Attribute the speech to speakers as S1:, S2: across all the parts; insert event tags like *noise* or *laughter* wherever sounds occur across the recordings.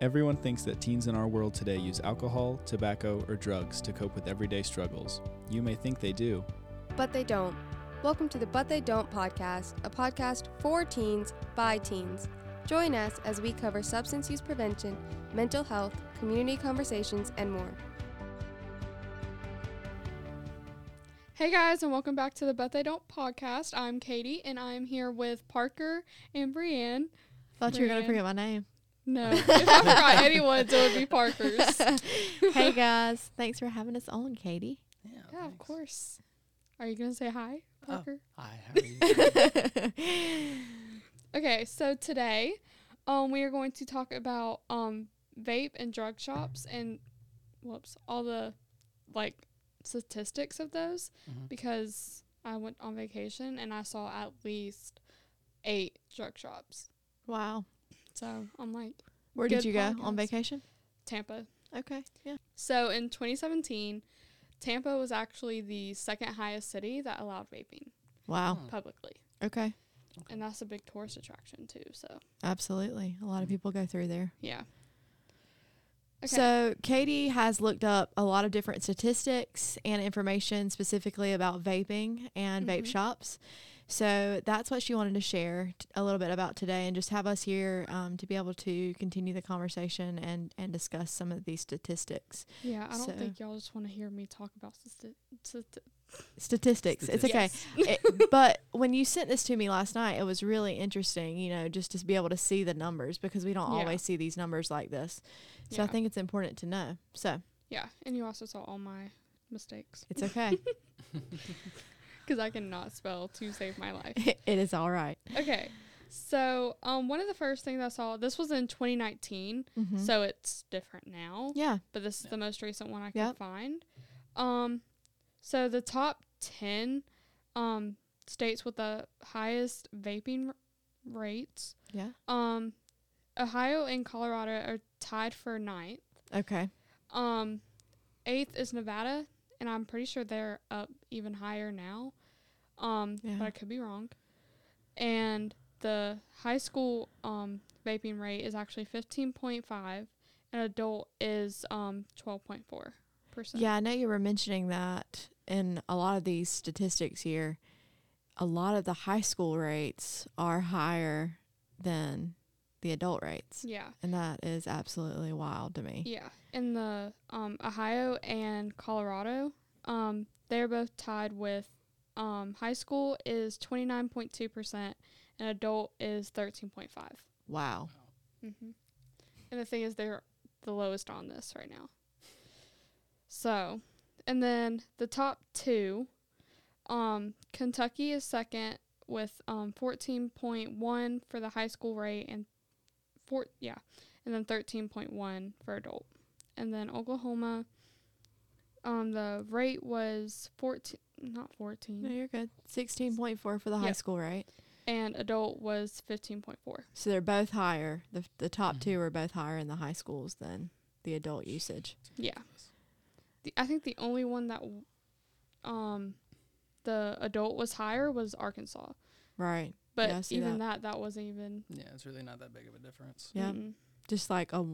S1: Everyone thinks that teens in our world today use alcohol, tobacco, or drugs to cope with everyday struggles. You may think they do.
S2: But they don't. Welcome to the But They Don't podcast, a podcast for teens by teens. Join us as we cover substance use prevention, mental health, community conversations, and more.
S3: Hey guys, and welcome back to the But They Don't podcast. I'm Katie, and I'm here with Parker and Brienne.
S4: Thought you were gonna forget
S3: *laughs*
S4: my name. *laughs*
S3: No, if I forgot anyone's, it would be Parker's.
S4: hey guys, thanks for having us on, Katie.
S3: Yeah, of course. Are you gonna say hi, Parker?
S5: Oh, Hi, how are you?
S3: *laughs* Okay, so today, um, we are going to talk about um vape and drug shops and whoops, all the like statistics of those
S5: Mm-hmm.
S3: because I went on vacation and I saw at least eight drug shops.
S4: Wow.
S3: So I'm like
S4: Where
S3: Good
S4: did you go on
S3: podcast.
S4: vacation?
S3: Tampa.
S4: Okay. Yeah.
S3: So in 2017, Tampa was actually the second highest city that allowed vaping
S4: Wow.
S3: Hmm. publicly,
S4: Okay.
S3: and that's a big tourist attraction too. So
S4: Absolutely. A lot of people go through there.
S3: yeah. Okay.
S4: So, Katie has looked up a lot of different statistics and information specifically about vaping and
S3: Mm-hmm.
S4: vape shops. So, that's what she wanted to share t- a little bit about today and just have us here um, to be able to continue the conversation and, and discuss some of these statistics.
S3: Yeah, I don't
S4: So-
S3: think y'all just want to hear me talk about sti- sti-
S4: statistics. It's okay. *laughs* It- but when you sent this to me last night, it was really interesting, you know, just to be able to see the numbers because we don't
S3: Yeah.
S4: always see these numbers like this. So I
S3: Yeah.
S4: think it's important to know. So
S3: yeah, and you also saw all my mistakes
S4: it's okay.
S3: because I cannot spell to save my life.
S4: *laughs* *laughs* it is all right.
S3: Okay. So, um, one of the first things I saw, this was in 2019, so it's different now.
S4: Mm-hmm. Yeah.
S3: But this is the most recent one I could
S4: Yep.
S3: find. Um, so the top 10 um, states with the highest vaping r- rates,
S4: Yeah.
S3: um, Ohio and Colorado are tied for ninth.
S4: Okay.
S3: Um, eighth is Nevada, and I'm pretty sure they're up even higher now. Um,
S4: Yeah.
S3: but I could be wrong. And the high school um vaping rate is actually 15.5, and adult is um 12.4 percent.
S4: Yeah, I know you were mentioning that in a lot of these statistics here. A lot of the high school rates are higher than the adult rates.
S3: Yeah.
S4: And that is absolutely wild to me.
S3: Yeah. In the um Ohio and Colorado, um they're both tied with um high school is 29.2 percent, and adult is 13.5.
S4: Wow.
S3: Mm-hmm. And the thing is, they're the lowest on this right now. So, and then the top two, um, Kentucky is second with um fourteen point one for the high school rate and four yeah, and then thirteen point one for adult, and then Oklahoma. Um, the rate was fourteen, not
S4: No,
S3: fourteen,
S4: you're good. 16.4 for the high
S3: Yep.
S4: school rate.
S3: and adult was fifteen point four.
S4: So they're both higher. The the top two are both higher in the high schools than the adult usage.
S3: Yeah. The, I think the only one that w- um the adult was higher was Arkansas.
S4: Right.
S3: But
S4: Yeah, I see
S3: even that. that wasn't even
S5: yeah, it's really not that big of a difference.
S4: Yeah.
S3: Mm-mm.
S4: Just like a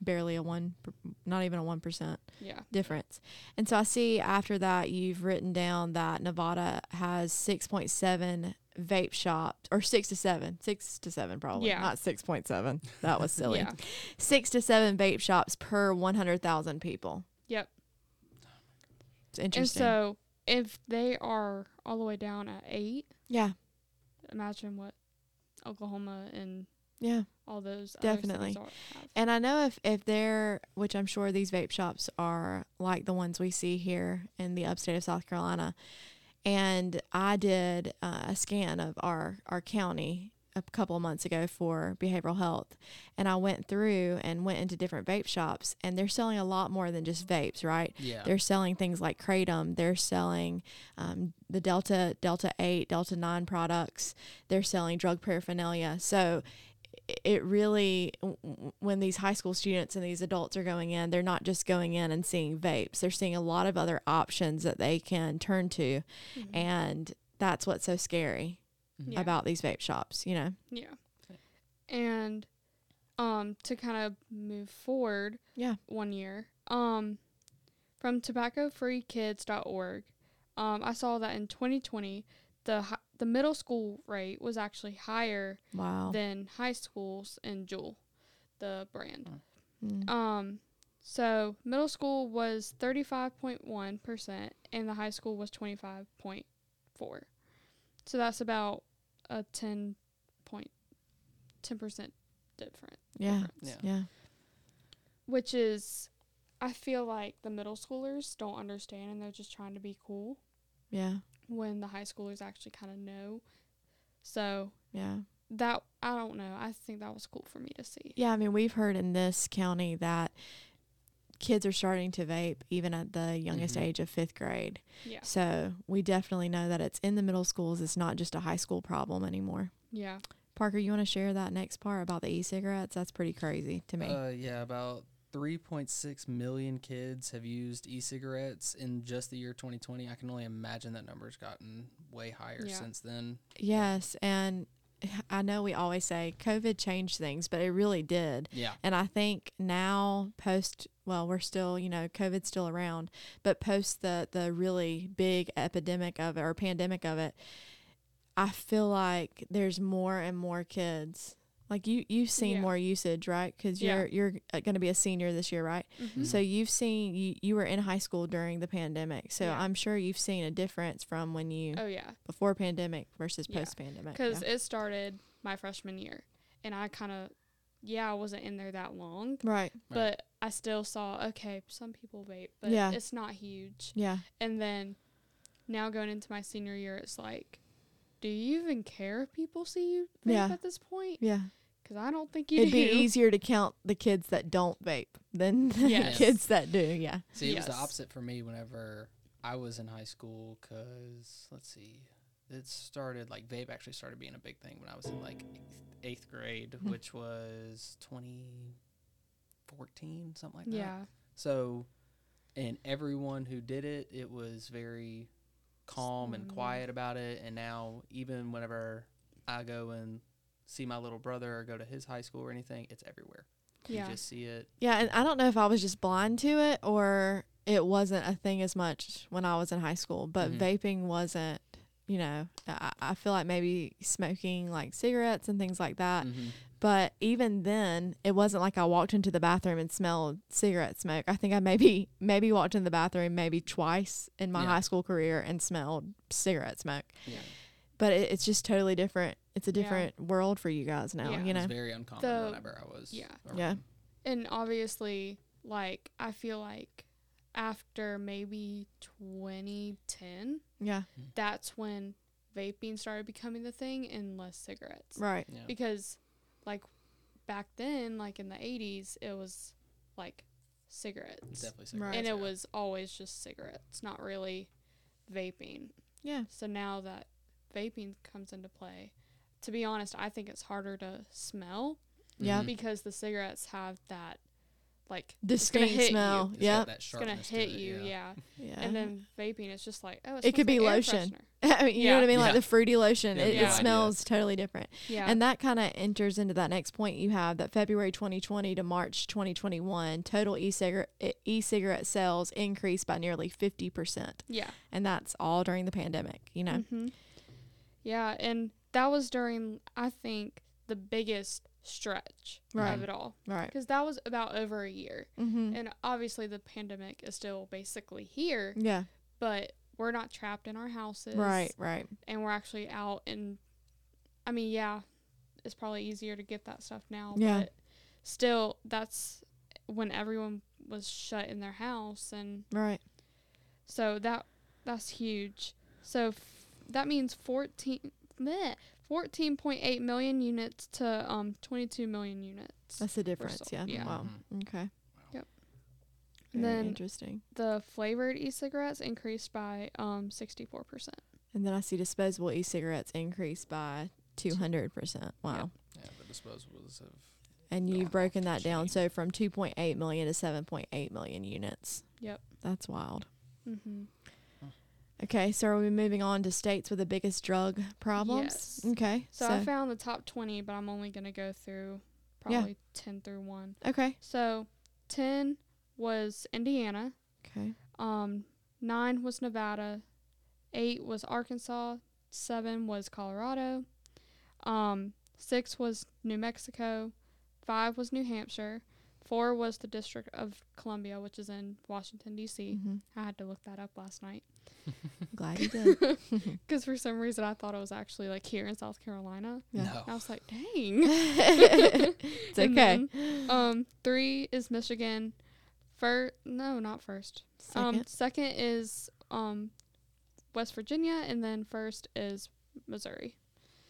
S4: barely a one, per- not even a 1%
S3: yeah.
S4: difference. And so I see after that you've written down that Nevada has 6.7 vape shops or six to seven, six to seven probably,
S3: Yeah.
S4: not 6.7. That
S3: *laughs*
S4: was silly.
S3: Yeah.
S4: Six to seven vape shops per 100,000 people.
S3: Yep.
S4: It's
S3: And
S4: interesting.
S3: so if they are all the way down at eight,
S4: yeah.
S3: imagine what Oklahoma and
S4: Yeah.
S3: all those
S4: Definitely.
S3: Other cities are, have.
S4: And I know if, if they're, which I'm sure these vape shops are like the ones we see here in the upstate of South Carolina. And I did uh, a scan of our, our county a couple of months ago for behavioral health. And I went through and went into different vape shops, and they're selling a lot more than just vapes, right?
S5: Yeah.
S4: They're selling things like kratom. They're selling um, the Delta Delta Eight, Delta Nine products. They're selling drug paraphernalia. So i- it really, w- w- when these high school students and these adults are going in, they're not just going in and seeing vapes. They're seeing a lot of other options that they can turn to, and that's what's so scary
S3: Mm-hmm. Yeah.
S4: about these vape shops. You know,
S3: Yeah. And um to kind of move forward
S4: Yeah.
S3: one year. Um from tobaccofreekids.org. Um I saw that in 2020 the hi- the middle school rate was actually higher
S4: wow.
S3: than high schools in Juul, the brand. Um, so middle school was thirty five point one percent, and the high school was twenty five point four. So that's about a ten point ten percent difference,
S4: yeah,
S5: Yeah.
S4: yeah,
S3: which is. I feel like the middle schoolers don't understand and they're just trying to be cool
S4: yeah,
S3: when the high schoolers actually kind of know. So
S4: yeah.
S3: that, I don't know. I think that was cool for me to see.
S4: Yeah, I mean, we've heard in this county that kids are starting to vape even at the youngest
S5: Mhm.
S4: age of fifth grade.
S3: Yeah.
S4: So we definitely know that it's in the middle schools. It's not just a high school problem anymore.
S3: Yeah.
S4: Parker, you want to share that next part about the e-cigarettes? That's pretty crazy to me.
S5: Uh, yeah, about 3.6 million kids have used e-cigarettes in just the year 2020. I can only imagine that number's gotten way higher
S3: Yeah.
S5: since then.
S4: yes, and I know we always say COVID changed things, but it really did.
S5: Yeah.
S4: And I think now post well, we're still, you know, COVID's still around, but post the the really big epidemic of it or pandemic of it, I feel like there's more and more kids. Like you you've seen
S3: Yeah.
S4: more usage, right? Cuz
S3: Yeah. Mm-hmm.
S4: you're you're going to be a senior this year, right? So you've seen you, you were in high school during the pandemic. So
S3: Yeah.
S4: I'm sure you've seen a difference from when you
S3: Oh, yeah.
S4: before pandemic versus
S3: Yeah.
S4: post pandemic.
S3: because it started my freshman year and i kind of yeah i wasn't in there that long
S4: right.
S3: but i still saw okay some people vape but
S4: Yeah.
S3: it's not huge
S4: Yeah.
S3: and then now going into my senior year it's like do you even care if people see you vape
S4: Yeah.
S3: at this point
S4: Yeah.
S3: *laughs* because i don't think you
S4: It'd
S3: do
S4: be easier to count the kids that don't vape than *laughs* the
S3: Yes.
S4: kids that do. Yeah.
S5: See, it was the
S3: Yes.
S5: opposite for me whenever I was in high school because, let's see, it started, like, vape actually started being a big thing when I was in, like, eighth, eighth grade, which was 2014, something like that.
S3: yeah
S5: So, and everyone who did it, it was very calm and quiet about it. And now, even whenever I go and see my little brother or go to his high school or anything, it's everywhere.
S3: yeah
S5: You just see it.
S4: Yeah. And I don't know if I was just blind to it or it wasn't a thing as much when I was in high school, but
S5: Mhm.
S4: vaping wasn't, you know, I, I feel like maybe smoking like cigarettes and things like that.
S5: Mhm.
S4: But even then, it wasn't like I walked into the bathroom and smelled cigarette smoke. I think I maybe, maybe walked in the bathroom maybe twice in my
S5: Yeah.
S4: high school career and smelled cigarette smoke.
S5: Yeah.
S4: but it, it's just totally different. It's a
S3: Yeah.
S4: different world for you guys now.
S3: Yeah.
S4: You
S5: It
S4: know,
S5: was very uncommon
S3: The-
S5: whenever I was.
S3: yeah.
S5: around.
S4: Yeah.
S3: and obviously like i feel like after maybe 2010
S4: yeah,
S5: Mm-hmm.
S3: that's when vaping started becoming the thing and less cigarettes
S4: right,
S5: Yeah.
S3: because like back then like in the 80s it was like cigarettes
S5: Definitely
S4: Right.
S5: cigarettes.
S3: and it
S5: yeah.
S3: was always just cigarettes not really vaping
S4: yeah,
S3: so now that vaping comes into play to be honest i think it's harder to smell
S4: yeah.
S5: Mm-hmm.
S3: because the cigarettes have that like it's gonna
S4: Distinct
S3: hit
S4: smell.
S5: It's got
S4: Yeah,
S5: that
S3: you. it's gonna
S5: sharpness to
S3: hit
S5: it,
S3: you
S5: yeah.
S3: yeah.
S4: *laughs* yeah.
S3: and then vaping it's just like oh it,
S4: It could
S3: smells like
S4: be
S3: air
S4: lotion.
S3: freshener.
S4: *laughs* I mean, you know what I
S5: Yeah.
S4: mean, like
S5: Yeah.
S4: the fruity lotion.
S5: Yeah,
S4: It,
S3: no
S4: it
S3: idea.
S4: smells totally different.
S3: yeah
S4: And that kind of enters into that next point you have that February 2020 to March 2021, total e-cigarette e-cigarette sales increased by nearly 50%,
S3: yeah
S4: and that's all during the pandemic, you know.
S3: hmm Yeah, and that was during I think the biggest stretch
S4: Right.
S3: of it all
S4: Right.
S3: because that was about over a year,
S4: Mm-hmm.
S3: and obviously the pandemic is still basically here,
S4: Yeah.
S3: but we're not trapped in our houses,
S4: Right. Right.
S3: And we're actually out, and I mean, yeah, it's probably easier to get that stuff now,
S4: Yeah.
S3: but still, that's when everyone was shut in their house and
S4: Right.
S3: so that that's huge. So f- that means 14 bleh, 14.8 million units to um 22 million units.
S4: That's the difference.
S3: sold,
S4: Yeah.
S3: yeah.
S4: Wow.
S5: Mm-hmm.
S4: Okay.
S3: Yep.
S4: Very
S3: Then-
S4: interesting.
S3: the flavored e-cigarettes increased by um 64%.
S4: And then I see disposable e-cigarettes increase by 200%. Wow.
S5: Yeah, the disposables of
S4: And
S5: Gone
S4: you've
S5: off
S4: broken
S5: the
S4: that down.
S5: chain.
S4: So from 2.8 million to 7.8 million units.
S3: Yep.
S4: That's wild.
S3: Mhm.
S4: Okay. So are we moving on to states with the biggest drug problems?
S3: Yes.
S4: Okay.
S3: So, I found the top 20, but I'm only going to go through
S4: Yeah.
S3: probably 10 through 1.
S4: okay.
S3: So 10 was Indiana,
S4: Okay.
S3: um 9 was Nevada, 8 was Arkansas, 7 was Colorado, Um, six was New Mexico, five was New Hampshire, four was the District of Columbia, which is in Washington D.C.
S4: Mm-hmm.
S3: I had to look that up last night
S4: Glad
S3: *laughs*
S4: you did.
S3: because for some reason I thought it was actually like here in South Carolina.
S4: Yeah.
S3: And I was like, dang.
S4: *laughs*
S3: *laughs*
S4: it's
S3: And
S4: okay.
S3: um, three is Michigan. First, no, not first. Um,
S4: Second.
S3: second is um, West Virginia, and then first is Missouri.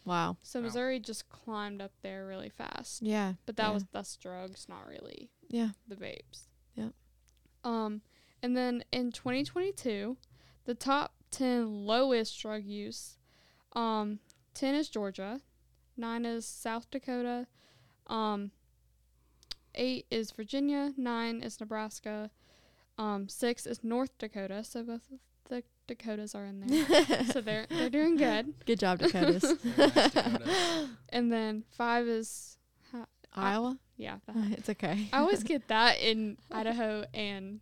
S4: wow.
S3: So
S5: Wow.
S3: Missouri just climbed up there really fast.
S4: Yeah.
S3: But that
S4: Yeah.
S3: was that's drugs, not really
S4: Yeah.
S3: the vapes.
S4: Yep.
S3: Um, and then in 2022, the top 10 lowest drug use, um, 10 is Georgia, nine is South Dakota, um, eight is Virginia, nine is Nebraska, um, six is North Dakota. So both of the Dakotas are in there.
S4: *laughs*
S3: so they're they're doing good.
S4: Good job, Dakotas.
S3: *laughs*
S5: North Dakota.
S3: And then five is
S4: Iowa. Uh,
S3: yeah. the-
S4: It's okay.
S3: I always get that
S4: *laughs*
S3: in Idaho and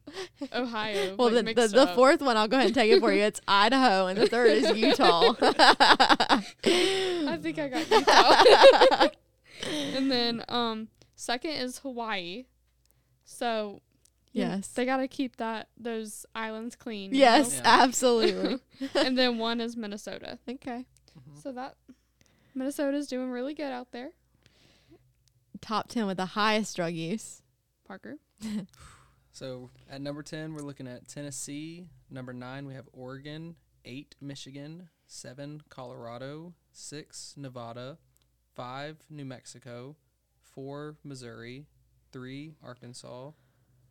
S3: Ohio. like,
S4: Well, the, the,
S3: mixed
S4: the
S3: up.
S4: fourth one, I'll go ahead and take it for you.
S3: *laughs*
S4: It's Idaho, and the third is Utah.
S3: I think I got Utah. *laughs* and then um, second is Hawaii. So you-
S4: Yes.
S3: they gotta keep that those islands clean. you know?
S4: *laughs* yes,
S5: Yeah.
S3: *laughs*
S4: absolutely.
S3: and
S4: *laughs*
S3: then one is Minnesota.
S4: okay.
S3: So that Minnesota's doing really good out there.
S4: Top 10 with the highest drug use.
S3: Parker.
S5: So at number 10, we're looking at Tennessee. Number 9, we have Oregon. 8, Michigan. 7, Colorado. 6, Nevada. 5, New Mexico. 4, Missouri. 3, Arkansas.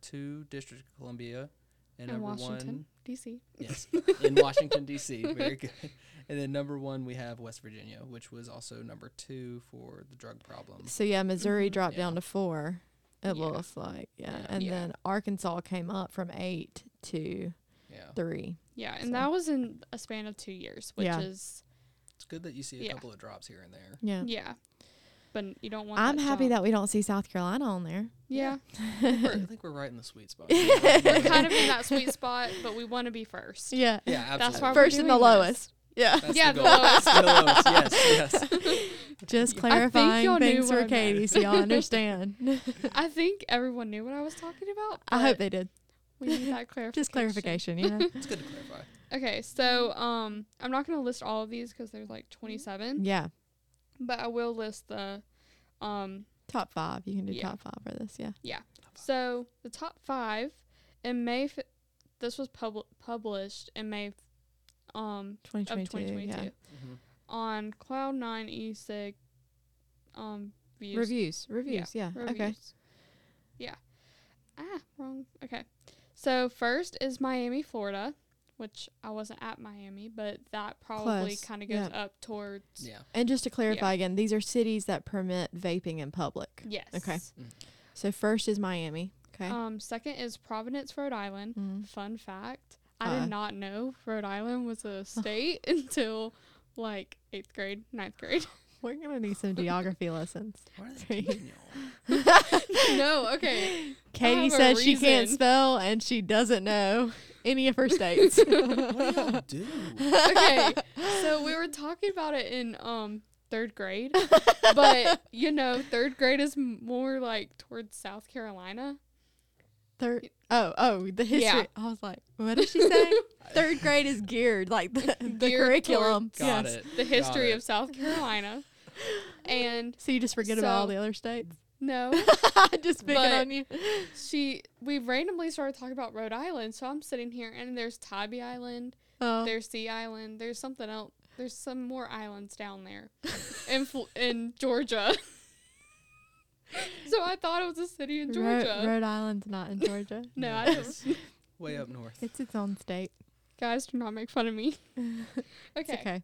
S5: 2, District of Columbia. And,
S3: And
S5: number
S3: Washington, DC.
S5: one, yes, *laughs* in Washington, D.C.
S3: *laughs*
S5: Very good. And then number one, we have West Virginia, which was also number two for the drug problem.
S4: So, yeah, Missouri dropped
S5: Yeah.
S4: down to four, it
S3: Mm-hmm. Yeah.
S4: looks like. Yeah.
S5: Yeah.
S4: And
S3: Yeah.
S4: then Arkansas came up from eight to
S5: Yeah.
S4: three.
S3: Yeah,
S4: So-
S3: and that was in a span of two years, which
S4: Yeah.
S3: is
S5: It's good that you see a
S3: Yeah.
S5: couple of drops here and
S3: *laughs*
S5: there.
S4: Yeah.
S3: yeah. But you don't want.
S4: I'm happy
S3: jump.
S4: that we don't see South Carolina on there. *laughs*
S3: yeah.
S5: We're- I think we're right in the sweet
S3: *laughs*
S5: spot. yeah,
S3: we're kind of in that sweet spot, but we want to be first.
S4: *laughs* Yeah.
S5: absolutely.
S3: That's why
S4: First
S3: we're doing
S4: and the
S3: this.
S4: lowest. Yeah.
S5: That's
S3: Yeah,
S5: the
S3: the
S5: goal.
S3: lowest.
S5: The lowest, Yes, yes.
S4: *laughs* Just
S3: y'all
S4: clarifying
S3: knew what
S4: things
S3: I
S4: for
S3: meant.
S4: Katie
S3: *laughs*
S4: so y'all understand. *laughs*
S3: I think everyone knew what I was talking about.
S4: I hope
S3: but
S4: they did.
S3: we need that clarification.
S4: *laughs* Just clarification, yeah.
S3: *laughs*
S5: It's good to clarify.
S3: Okay, so um, I'm not gonna list all of these because there's like 27,
S4: yeah.
S3: but I will list the um.
S4: Top five. You can do
S3: Yeah.
S4: top five for this, yeah.
S3: So the top five in May. F- this was pub- published in May. f- Um,
S4: Twenty
S3: of
S4: twenty two.
S3: 2022
S4: Yeah.
S5: Mhm.
S3: on Cloud Nine eSig. Um, views.
S4: Reviews. Reviews, yeah. Okay.
S3: Reviews. Yeah. Ah, wrong. Okay. So first is Miami, Florida, which I wasn't at Miami, but that probably
S4: Close.
S3: kind of goes
S4: Yep.
S3: up towards
S5: Yeah.
S4: And just to clarify again, these are cities that permit vaping in public.
S3: yes. Mm.
S4: Okay. So first is Miami. Okay.
S3: Um, second is Providence, Rhode Island.
S4: Mhm.
S3: Fun fact: I
S4: Hi.
S3: did not know Rhode Island was
S4: *laughs*
S3: a state *laughs* until like eighth grade, ninth
S4: *laughs*
S3: grade. *laughs*
S4: We're gonna need some geography lessons. *laughs*
S5: What are they
S4: Three.
S5: teaching y'all?
S3: no, okay.
S4: Katie
S3: have a
S4: says she can't
S3: reason. *laughs*
S4: spell and she doesn't know. any of her states.
S5: What do y'all do?
S4: *laughs*
S3: okay. So we were talking about it in um third grade,
S4: *laughs*
S3: but you know, third grade is m- more like towards South Carolina.
S4: Third, oh, oh, the history.
S3: Yeah.
S4: I was like, what did
S3: *laughs*
S4: she say? Third grade is geared like the, the
S3: Geared
S4: curriculum.
S5: Got
S4: yes.
S5: it.
S3: The history
S5: Got
S3: of South Carolina. And
S4: So you just forget about all
S3: So-
S4: the other states? *laughs*
S3: no,
S4: just picking
S3: But-
S4: on you.
S3: she we randomly started talking about Rhode Island, so I'm sitting here and there's Tybee Island,
S4: Oh,
S3: there's Sea Island, there's something else, there's some more islands down there in Fl- in Georgia. *laughs* so I thought it was a city in
S4: Ro-
S3: Georgia.
S4: Oh. Rhode Island's not in Georgia.
S3: *laughs* no, I don't.
S5: Way up north.
S4: It's its own state.
S3: Guys, do not make fun of
S4: *laughs*
S3: me. okay.
S4: It's okay.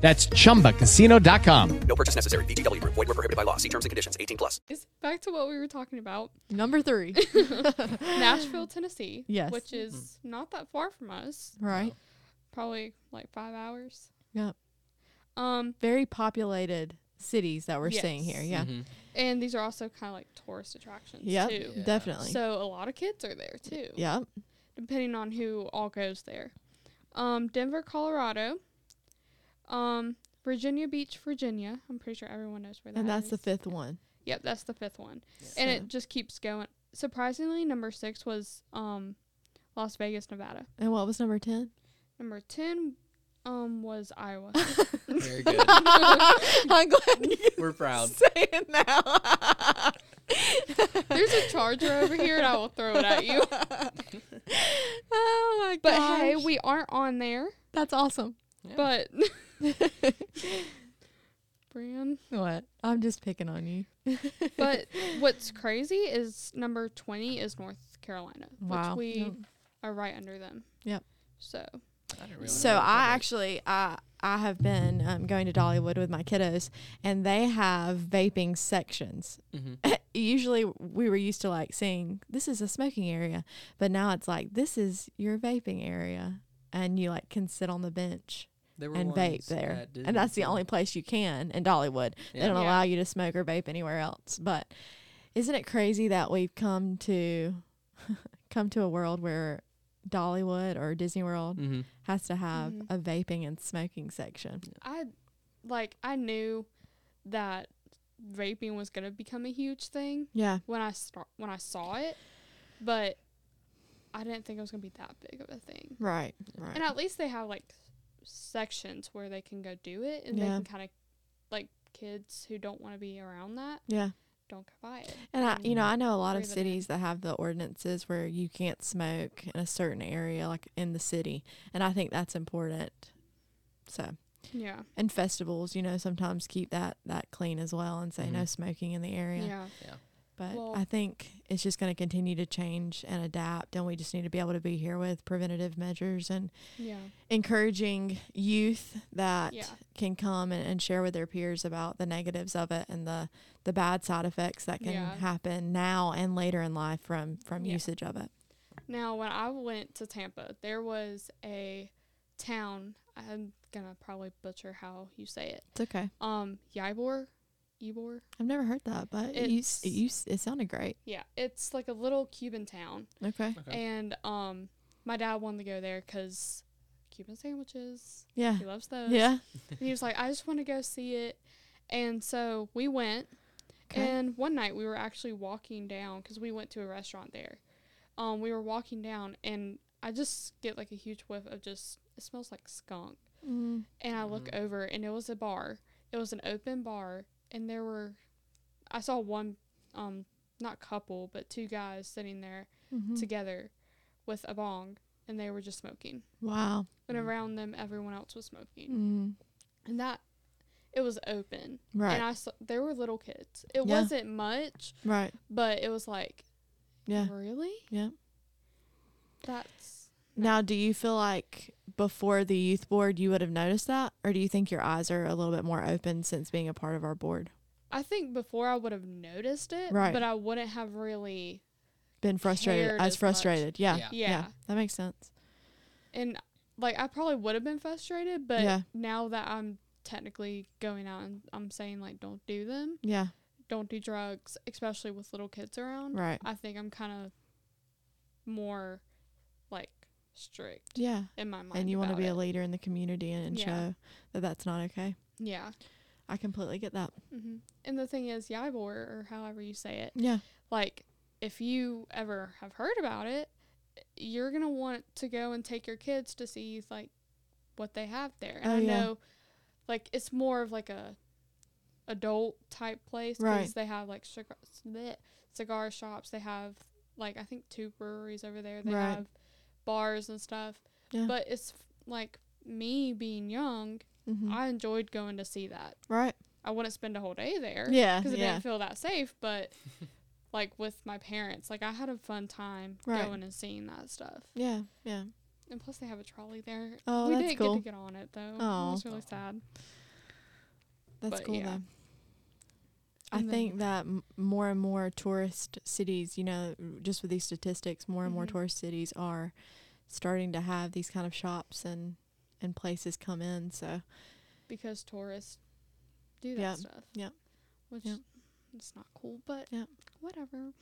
S6: That's chumbacasino.com.
S3: it's back to what we were talking
S4: *gasps*
S3: about. *laughs*
S4: Number three. *laughs*
S3: Nashville, Tennessee.
S4: Yes. Mm-hmm.
S3: Which is not that far from us.
S4: right.
S3: Probably like five hours.
S4: Yeah.
S3: Um,
S4: Very populated cities that we're seeing here.
S3: Yes.
S4: Yeah.
S3: and these are also kind of like tourist attractions
S4: Yep.
S3: too.
S4: Definitely.
S3: So a lot of kids are there too.
S5: Mm-hmm.
S4: yep.
S3: Depending on who all goes there. Um, Denver, Colorado. Um, Virginia Beach, Virginia. I'm pretty sure everyone knows where that is.
S4: And that's the fifth one.
S3: Yep, that's the fifth one. And
S4: So-
S3: it just keeps going. Surprisingly, number six was um, Las Vegas, Nevada.
S4: And what was
S3: *laughs*
S4: number 10?
S3: Number ten um, was
S4: *laughs*
S3: Iowa.
S5: Very good.
S4: I'm glad you're
S5: We're
S4: *laughs*
S5: proud.
S4: saying now.
S3: There's a charger over here, and I will throw it at
S4: *laughs*
S3: you.
S4: oh my
S3: But
S4: gosh.
S3: hey, we aren't on there.
S4: That's awesome. *laughs*
S3: But *laughs* Brian.
S4: What? I'm just picking on you. *laughs*
S3: But what's crazy is number twenty is North Carolina,
S4: Wow.
S3: which we
S4: Yep.
S3: are right under them.
S4: Yep.
S3: So
S5: I didn't realize
S4: So
S5: that was
S4: I
S5: that big.
S4: actually I I have been um, going to Dollywood with my kiddos, and they have vaping sections.
S5: Mm-hmm.
S4: *laughs* Usually we were used to like seeing this is a smoking area, but now it's like this is your vaping area, and you like can sit on the bench
S5: There were
S4: and
S5: ones
S4: vape there,
S5: at Disney
S4: and that's the
S5: too.
S4: only place you can in Dollywood. They
S5: Yeah.
S4: don't
S3: Yeah.
S4: allow you to smoke or vape anywhere else. But isn't it crazy that we've come to *laughs* come to a world where Dollywood or Disney World has to have a vaping and smoking section.
S3: I like I knew that vaping was gonna become a huge thing
S4: Yeah.
S3: when I start when I saw it, but I didn't think it was gonna be that big of a thing.
S4: Right. Right.
S3: And at least they have like sections where they can go do it, and they
S4: Yeah.
S3: can kind of like kids who don't want to be around that
S4: yeah.
S3: don't go by it.
S4: And I you know, I know a lot of
S3: breathe it in.
S4: cities that have the ordinances where you can't smoke in a certain area like in the city. And I think that's important. So
S3: Yeah,
S4: and festivals, you know, sometimes keep that that clean as well and say no smoking in the area.
S3: yeah.
S4: But
S3: Well-
S4: I think it's just going to continue to change and adapt, and we just need to be able to be here with preventative measures and
S3: Yeah.
S4: encouraging youth that
S3: Yeah.
S4: can come and, and share with their peers about the negatives of it and the the bad side effects that can
S3: Yeah.
S4: happen now and later in life from from
S3: Yeah.
S4: usage of it.
S3: Now, when I went to Tampa, there was a town. I'm gonna probably butcher how you say it.
S4: It's okay.
S3: Um, Ybor, Ybor.
S4: I've never heard that, but it used, it
S3: It's-
S4: used it sounded great.
S3: Yeah, it's like a little Cuban town,
S4: Okay.
S3: and um, my dad wanted to go there because Cuban sandwiches.
S4: Yeah.
S3: He loves those.
S4: Yeah.
S3: And he was like, I just want to go see it. And so we went.
S4: 'Kay.
S3: And one night we were actually walking down because we went to a restaurant there. Um, we were walking down, and I just get like a huge whiff of just, it smells like skunk. And I look over, and it was a bar. It was an open bar, and there were, I saw one, um, not couple, but two guys sitting there together with a bong, and they were just smoking.
S4: Wow.
S3: And around them, everyone else was smoking
S4: Mm.
S3: and that it was open
S4: Right.
S3: and i saw there were little kids it
S4: Yeah.
S3: wasn't much
S4: Right.
S3: but it was like
S4: Yeah.
S3: really
S4: Yeah.
S3: that's
S4: Now, do you feel like before the youth board, you would have noticed that? Or do you think your eyes are a little bit more open since being a part of our board?
S3: I think before I would have noticed it,
S4: Right.
S3: but I wouldn't have really.
S4: Been frustrated,
S3: Cared
S4: as,
S3: as much.
S4: frustrated. Yeah,
S5: Yeah.
S4: yeah.
S3: Yeah.
S4: That makes sense.
S3: And like I probably would have been frustrated, but
S4: Yeah.
S3: now that I'm technically going out and I'm saying like don't do them,
S4: Yeah.
S3: don't do drugs, especially with little kids around.
S4: Right.
S3: I think I'm kind of more like strict
S4: Yeah.
S3: in my mind.
S4: And you want to
S3: about
S4: be
S3: it.
S4: a leader in the community and, and
S3: Yeah.
S4: show that that's not okay.
S3: Yeah.
S4: I completely get that.
S3: hmm And the thing is, Yibor, or however you say it,
S4: Yeah.
S3: like if you ever have heard about it, you're gonna want to go and take your kids to see like what they have there. And
S4: Oh,
S3: I
S4: yeah.
S3: know, like it's more of like a adult type place because
S4: Right.
S3: they have like cigar, bleh, cigar shops. They have like I think two breweries over there. They
S4: Right.
S3: have bars and stuff.
S4: Yeah.
S3: But it's like me being young,
S4: hmm
S3: I enjoyed going to see that.
S4: right.
S3: I wouldn't spend a whole day there.
S4: Yeah,
S3: Because it
S4: yeah.
S3: didn't feel that safe. But *laughs* like with my parents, like I had a fun time
S4: Right.
S3: going and seeing that stuff.
S4: Yeah. Yeah.
S3: And plus, they have a trolley there.
S4: Oh,
S3: we
S4: that's
S3: didn't
S4: cool.
S3: get to get on it though. It was
S4: Aw.
S3: really sad.
S4: That's
S3: But,
S4: cool
S3: yeah.
S4: though. I
S3: And then-
S4: think that m- more and more tourist cities, you know, just with these statistics, more and more
S3: Mhm.
S4: tourist cities are starting to have these kind of shops and and places come in. So
S3: because tourists do that
S4: Yeah,
S3: stuff.
S4: yeah.
S3: Which
S4: Yeah.
S3: it's not cool, but
S4: Yeah.
S3: whatever.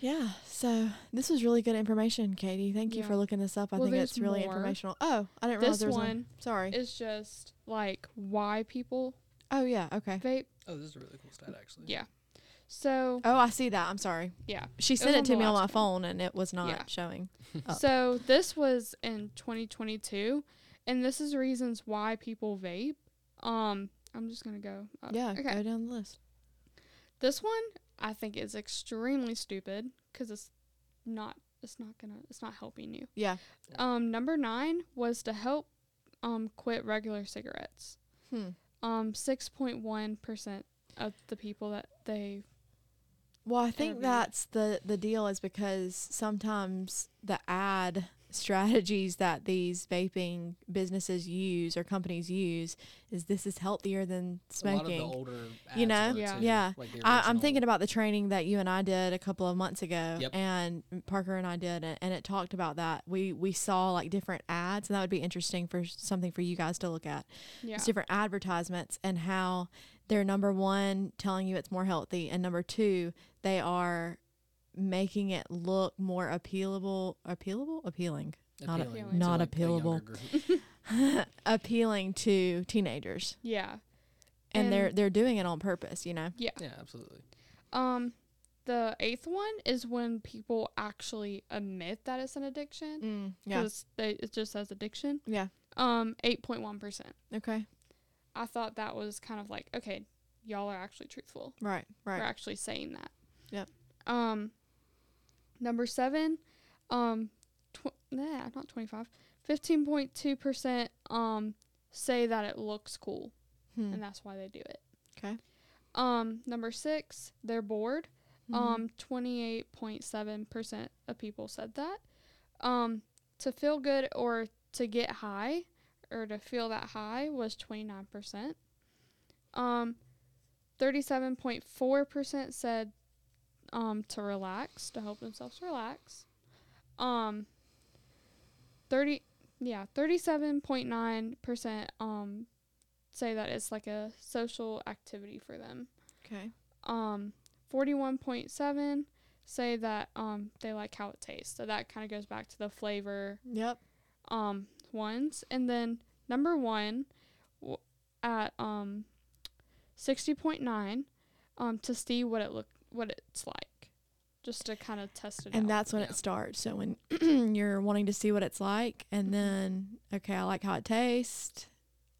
S4: yeah, so this was really good information, Katie. Thank you
S3: Yeah.
S4: for looking this up. I
S3: Well,
S4: think
S3: there's
S4: it's really
S3: more.
S4: informational. Oh, I didn't realize
S3: This
S4: there was one.
S3: one
S4: Sorry.
S3: is just like why people
S4: oh yeah. Okay.
S3: vape.
S5: Oh, this is a really cool stat, actually.
S3: Yeah. So
S4: Oh, I see that. I'm sorry.
S3: yeah.
S4: She
S3: was
S4: sent it,
S3: on
S4: to
S3: the
S4: me on my
S3: last
S4: phone, and it was not
S3: Yeah.
S4: showing. up.
S3: So this was in 2022, and this is reasons why people vape. Um, I'm just gonna go. Up.
S4: yeah.
S3: Okay.
S4: Go down the list.
S3: This one I think is extremely stupid because it's not. It's not gonna. It's not helping you.
S4: Yeah.
S3: Um, number nine was to help um quit regular cigarettes.
S4: Hmm.
S3: Um, six point one percent of the people that they
S4: Well, I think
S3: Interview.
S4: that's the the deal is because sometimes the ad strategies that these vaping businesses use or companies use is this is healthier
S5: A
S4: than
S5: lot of
S4: smoking.
S5: the older ads
S4: You know?
S5: were,
S3: Yeah.
S5: too,
S4: Yeah.
S5: like the
S4: I, I'm
S5: original-
S4: thinking about the training that you and I did a couple of months ago,
S5: Yep.
S4: and Parker and I did, and, and it talked about that. We we saw like different ads, and that would be interesting for something for you guys to look at.
S3: yeah
S4: It's different advertisements and how they're number one telling you it's more healthy, and number two they are making it look more appealable, appealable, appealing, not
S5: appealing to,
S4: not
S5: like, a younger
S4: appealable,
S5: group.
S4: *laughs*
S3: *laughs*
S4: appealing to teenagers,
S3: yeah
S4: and, they're
S3: And-
S4: they're doing it on purpose, you know.
S3: yeah
S5: yeah, absolutely.
S3: Um, the eighth one is when people actually admit that it's an addiction.
S4: Mm, yeah.
S3: Because they it just says addiction.
S4: Yeah.
S3: Um, eight point one percent.
S4: Okay.
S3: I thought that was kind of like, okay, y'all are actually truthful.
S4: Right. Right.
S3: We're actually saying that.
S4: Yep.
S3: Um, number seven, um, tw- nah, not twenty five. Fifteen point two percent. Um, say that it looks cool,
S4: Hmm.
S3: and that's why they do it.
S4: 'Kay.
S3: Um, number six, they're bored. Um, twenty-eight point seven percent of people said that. Um, to feel good or to get high, or to feel that high was twenty-nine percent. Um, thirty-seven point four percent said, um, to relax to help themselves relax. Um, thirty, yeah, thirty-seven point nine percent. Um, say that it's like a social activity for them
S4: okay.
S3: um 41.7 say that um they like how it tastes so that kind of goes back to the flavor
S4: Yep.
S3: um ones and then number one w- at um 60.9 um to see what it look what it's like just to kind of test it
S4: And
S3: out
S4: that's when
S5: Yeah.
S4: it starts. So when *clears throat* you're wanting to see what it's like,
S3: Mm-hmm.
S4: and then okay, I like how it tastes.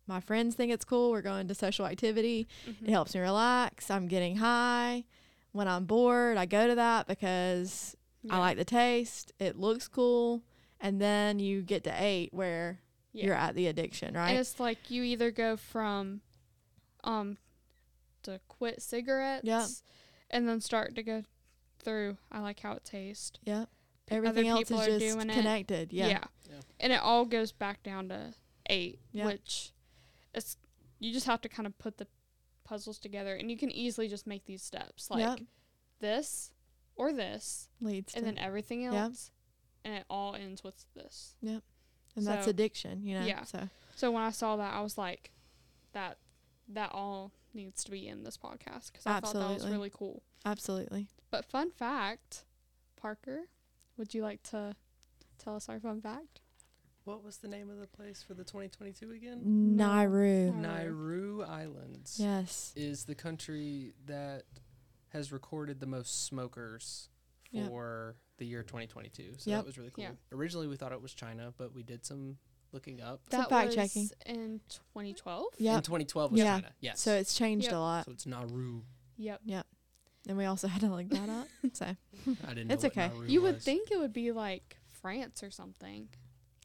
S4: My friends think it's cool. We're going to social activity.
S3: Mm-hmm.
S4: It helps me relax. I'm getting high. When I'm bored, I go to that because I
S3: Yeah.
S4: like the taste. It looks cool. And then you get to eight where
S3: Yeah.
S4: you're at the addiction,
S3: and
S4: right?
S3: it's like you either go from um to quit cigarettes and then start to go through i like how it tastes
S4: Yep. Everything else
S3: people
S4: is
S3: are
S4: just
S3: doing it.
S4: connected. Yeah.
S3: yeah.
S5: Yeah.
S3: and it all goes back down to eight,
S4: Yeah.
S3: which it's you just have to kind of put the puzzles together, and you can easily just make these steps like
S4: Yep.
S3: this or this,
S4: leads
S3: and
S4: to
S3: then everything
S4: Yeah.
S3: else, and it all ends with this.
S4: and that's
S3: so-
S4: addiction, you know.
S3: yeah.
S4: So
S3: So when I saw that, I was like, that that all needs to be in this podcast because I thought that was
S4: Absolutely.
S3: really cool.
S4: absolutely.
S3: But fun fact, Parker, would you like to tell us our fun fact?
S5: What was the name of the place for the 2022 again?
S4: Nauru.
S5: Nauru Islands
S4: Yes.
S5: is the country that has recorded the most smokers
S4: Yep.
S5: for the year 2022. So
S4: Yep.
S5: that was really cool.
S3: Yeah.
S5: Originally, we thought it was China, but we did some looking up.
S4: Some
S3: that
S4: fact
S3: was
S4: checking.
S3: in 2012.
S5: In
S4: Yep.
S5: 2012 was
S4: Yeah.
S5: China. Yes.
S4: So it's changed
S3: Yep.
S4: a lot.
S5: So it's Nauru.
S3: Yep.
S4: And we also *laughs* had to look that up. So
S5: I didn't.
S4: It's
S5: know
S4: okay.
S5: What Nauru
S3: You would
S5: was.
S3: think it would be like France or
S4: *laughs*
S3: something.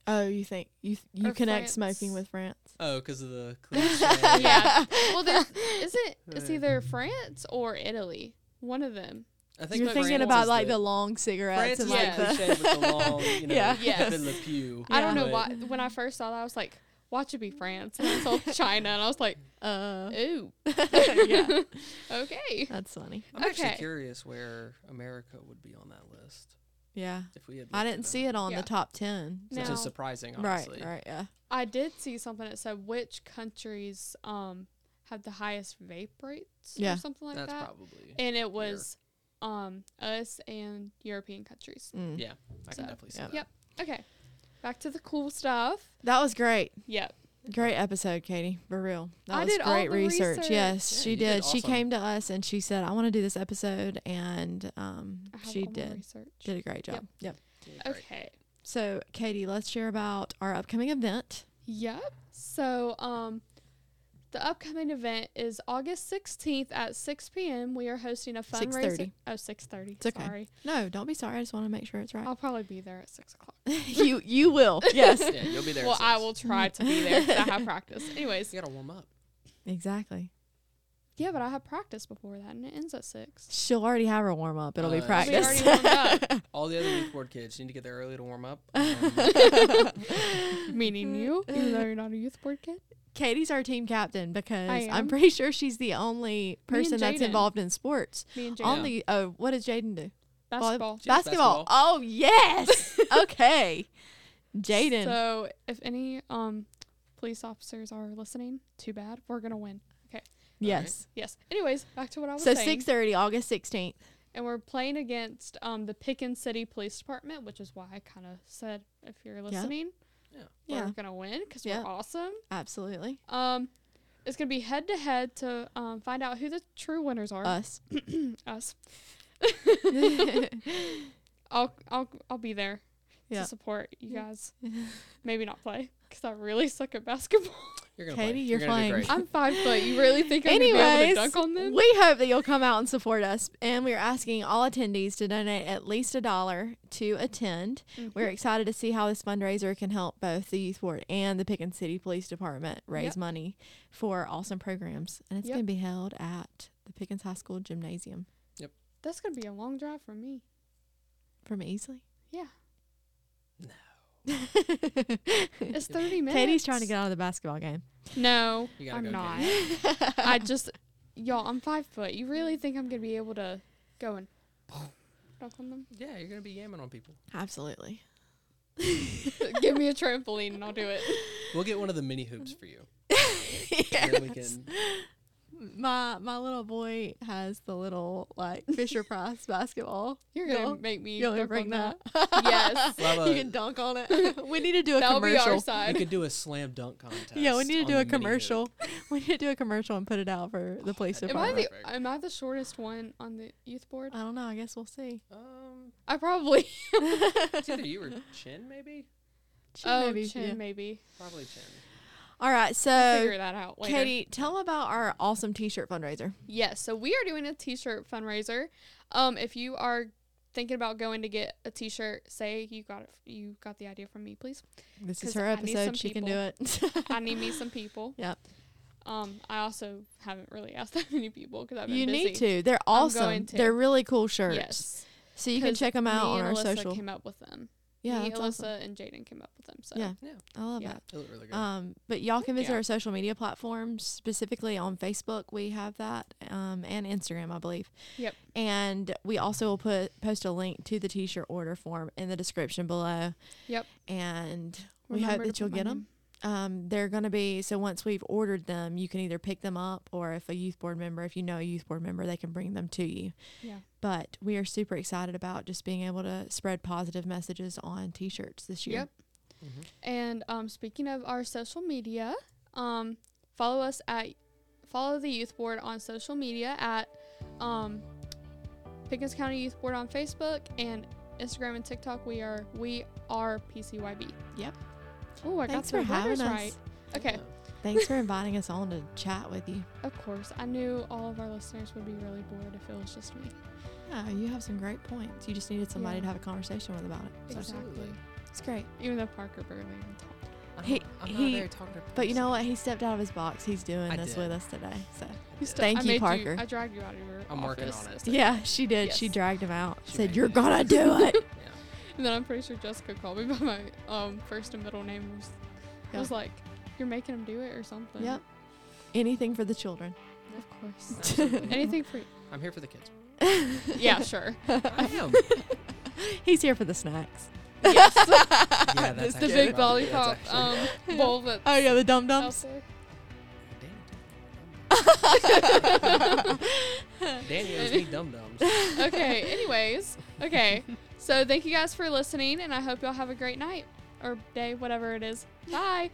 S4: oh, you think you th- you
S3: Or
S4: connect smoking
S3: France.
S4: with France?
S5: Oh, because of the.
S3: *laughs*
S5: cliche.
S3: yeah. Well, there's
S4: *laughs*
S3: is it? It's
S5: Yeah.
S3: either France or Italy. One of
S4: *laughs*
S3: them.
S5: I think
S4: You're
S5: France
S4: thinking
S5: is
S4: about like the,
S5: the
S4: long cigarettes
S5: France
S4: and
S5: is
S4: like
S5: the
S4: the
S5: cliche with the long,
S3: *laughs*
S5: you know,
S4: Yeah.
S3: Yes.
S5: Pepe Le Pew.
S3: I don't know
S5: but-
S3: why. When I first saw that, I was like, "Watch it be France." And I
S4: *laughs*
S3: saw China, and I was like,
S4: uh *laughs*
S3: "Ooh, *laughs*
S4: yeah.
S3: okay."
S4: Uh, *laughs* That's funny.
S5: I'm actually
S3: Okay.
S5: curious where America would be on that list
S4: Yeah.
S5: if we had.
S4: I
S5: looked
S4: didn't
S5: up.
S4: see it on
S3: Yeah.
S4: the top 10.
S5: Which
S3: Now-
S5: is surprising,
S4: Right,
S5: obviously.
S4: right, yeah.
S3: I did see something that said which countries um have the highest vape rates
S4: Yeah.
S3: or something like
S5: That's
S3: that,
S5: probably.
S3: and it was um us and European countries.
S4: Mm.
S5: yeah, I
S3: So,
S5: can definitely see
S4: yeah.
S5: that.
S3: Yep. Okay. Back to the cool stuff.
S4: That was great.
S3: Yep.
S4: Great episode, Katie. For real. That
S3: I
S4: was
S3: did all
S4: great
S3: the
S4: research.
S3: research.
S4: Yes,
S5: Yeah,
S4: she
S5: you
S4: did.
S5: did
S4: She
S5: awesome.
S4: came to us and she said, I want to do this episode and um
S3: I have
S4: she
S3: all my
S4: did
S3: research.
S4: did a great job. Yep.
S5: Great.
S3: Okay.
S4: So Katie, let's share about our upcoming event.
S3: Yep. So, um, the upcoming event is August 16th at 6 p.m. We are hosting a
S4: 6:30.
S3: fundraiser. Oh, 6.30.
S4: It's okay.
S3: Sorry. Oh.
S4: No, don't be sorry. I just want to make sure it's right.
S3: I'll probably be there at 6 o'clock.
S4: *laughs* you you
S3: *laughs*
S4: will. Yes.
S5: Yeah, you'll be there.
S3: well,
S5: at
S3: I
S5: six.
S3: will try to be there because I
S4: *laughs*
S3: have practice. Anyways.
S5: You gotta warm up.
S4: exactly.
S3: Yeah, but I have practice before that and it ends at 6.
S4: She'll already have her warm up. It'll be
S5: Uh,
S3: We
S4: practice.
S3: already warmed up.
S5: All the other youth board kids need to get there early to warm up. Um,
S3: *laughs* Meaning you, even though you're not a youth board kid.
S4: *laughs* Katie's our team captain because I'm
S3: am.
S4: pretty sure she's the only person that's
S3: Jaden.
S4: involved in sports.
S3: Me and Jaden.
S4: On the oh, what does Jaden do? Volleyball-
S3: Basketball.
S5: basketball.
S4: Basketball. Oh yes.
S3: *laughs*
S4: okay. Jaden.
S3: So, if any um police officers are listening, too bad. We're going to win.
S4: yes.
S3: Yes. Anyways, back to what I was
S4: So
S3: saying.
S4: six thirty, August sixteenth.
S3: and we're playing against um, the Pickens City Police Department, which is why I kind of said, if you're listening,
S5: Yeah.
S3: we're
S4: Yeah.
S3: gonna win because
S4: Yeah.
S3: we're awesome.
S4: Absolutely.
S3: Um, it's gonna be head to head to um, find out who the true winners are.
S4: Us.
S3: *laughs*
S4: *laughs*
S3: Us.
S4: yeah.
S3: I'll I'll I'll be there
S4: Yeah.
S3: to support you
S4: *laughs*
S3: guys. Maybe not play because I really suck at basketball.
S5: You're gonna
S4: Katie,
S5: play.
S4: you're
S5: gonna do
S4: flying.
S5: great.
S3: I'm five foot. You really think I'm gonna be able to
S4: Anyways,
S3: dunk on them?
S4: we hope that you'll come out and support us. And we are asking all attendees to donate at least a dollar to attend.
S3: Mm-hmm.
S4: We're excited to see how this fundraiser can help both the youth board and the Pickens City Police Department raise
S3: Yep.
S4: money for awesome programs. And it's
S3: Yep.
S4: going to be held at the Pickens High School Gymnasium
S3: That's gonna be a long drive for me.
S4: from Easley.
S3: *laughs* Yeah,
S4: Katie's
S3: *laughs* it's thirty minutes.
S4: trying to get out of the basketball game.
S3: No,
S5: You gotta
S3: I'm
S5: go,
S3: not.
S5: Katie.
S4: *laughs*
S3: I just, y'all, I'm five foot. You really think I'm gonna be able to go and dunk on
S4: *laughs*
S3: them?
S5: Yeah, you're gonna be yamming on people.
S4: Absolutely.
S3: Give me a trampoline and I'll do it.
S5: We'll get one of the mini hoops for you. *laughs* And then we can.
S4: My my little boy has the little like Fisher Price basketball.
S3: You're gonna
S4: You'll-
S3: make me.
S4: You'll
S3: dunk
S4: bring
S3: on
S4: that. *laughs*
S3: Yes,
S5: We'll have
S4: you
S5: a-
S4: can dunk
S3: *laughs*
S4: on it. we need to do a
S3: that'll be our
S4: commercial.
S5: we
S3: side.
S5: could do a slam dunk contest.
S4: Yeah, we need
S5: on the
S4: to do a
S5: mini hoop.
S4: commercial. *laughs* We need to do a commercial and put it out for the police
S5: that'd
S3: Am
S5: be
S3: I
S4: department.
S3: the
S5: Perfect.
S3: am I the shortest one on the youth board?
S4: I don't know. I guess we'll see.
S3: Oh,
S5: Um,
S3: I
S4: *laughs*
S3: probably.
S5: it's either you or Chin, maybe.
S4: She
S3: oh,
S4: maybe-
S3: chin,
S4: yeah.
S3: maybe.
S5: Probably Chin.
S4: All right.
S3: Figure
S4: So,
S3: that out later.
S4: Katie, tell them about our awesome T-shirt fundraiser.
S3: Yes, so we are doing a t-shirt fundraiser. Um, if you are thinking about going to get a t-shirt, say you got it, you got the idea from me, please.
S4: This
S3: 'Cause
S4: is her
S3: I need some
S4: episode. She can do it. *laughs*
S3: I need me some people.
S4: Yep.
S3: Um, I also haven't really asked *laughs* that many people because I've been
S4: You
S3: busy.
S4: need to. They're
S3: I'm
S4: awesome.
S3: going to.
S4: They're really cool shirts.
S3: Yes,
S4: So you can
S3: 'Cause
S4: check them out
S3: me
S4: on
S3: and
S4: our
S3: Alyssa
S4: social.
S3: Came up with them.
S4: Yeah,
S3: Me,
S4: that's
S3: Alyssa,
S4: awesome.
S3: and Jaden came up with them. So
S4: Yeah.
S5: Yeah.
S4: I love
S3: Yeah.
S4: it.
S5: It looked really good.
S4: Um, but y'all can visit
S3: Yeah.
S4: our social media platforms, specifically on Facebook. We have that, um, and Instagram, I believe.
S3: Yep.
S4: And we also will put post a link to the t-shirt order form in the description below.
S3: Yep.
S4: And we
S3: Remember
S4: hope
S3: to
S4: that you'll
S3: put my
S4: get them. Um, they're going to be so once we've ordered them, you can either pick them up or if a youth board member, if you know a youth board member, they can bring them to you.
S3: Yeah.
S4: But we are super excited about just being able to spread positive messages on t-shirts this year.
S3: Yep. And um, speaking of our social media, um, follow us at follow the youth board on social media at um, Pickens County Youth Board on Facebook and Instagram and TikTok. We are we are PCYB.
S4: Yep.
S3: Oh, I
S4: Thanks
S3: got
S4: for
S3: the
S4: having
S3: letters
S4: us.
S3: right. Okay,
S4: Thanks for inviting us on to chat with you.
S3: of course. I knew all of our listeners would be really bored if it was just me.
S4: Yeah, you have some great points. You just needed somebody
S3: Yeah.
S4: to have a conversation with about it. So
S3: Exactly.
S4: it's great.
S3: Even though Parker barely even talked.
S5: I'm
S4: he-
S5: not- I'm not
S4: he-
S5: there talking to
S4: But you know
S5: person.
S4: what? He stepped out of his box. He's doing
S5: I
S4: this
S5: did.
S4: with us today. So
S3: You still-
S4: Thank
S3: I
S4: you,
S3: made
S4: Parker.
S3: I dragged you out of your
S5: I'm working
S3: office. *laughs*
S5: on it.
S4: yeah, she did. She
S3: Yes.
S4: dragged him out.
S5: She
S4: said,
S5: made
S4: "You're
S5: me.
S4: gonna do
S3: *laughs*
S4: it."
S3: And then I'm pretty sure Jessica called me *laughs* by my um, first and middle name. Was, I
S4: Yeah.
S3: was like, "You're making him do it or something."
S4: yep. Anything for the children.
S3: Of
S4: *laughs*
S3: course.
S5: Absolutely.
S3: *laughs* Anything for
S5: I'm here for the kids.
S3: yeah, sure.
S4: *laughs*
S5: I am.
S4: He's here for the snacks.
S5: *laughs*
S3: Yes,
S5: yeah, that's
S3: it's the
S5: actually
S3: big
S5: probably- that's
S3: lollipop
S5: actually-
S3: um, bowl that's
S4: Oh *laughs* yeah, the dum
S3: out
S4: dums. *laughs*
S3: there.
S5: Damn. Danny owes me dum dums.
S3: *laughs* Okay.
S5: *laughs*
S3: Anyways, okay. So thank you guys for listening, and I hope y'all have a great night or day, whatever it is. Bye.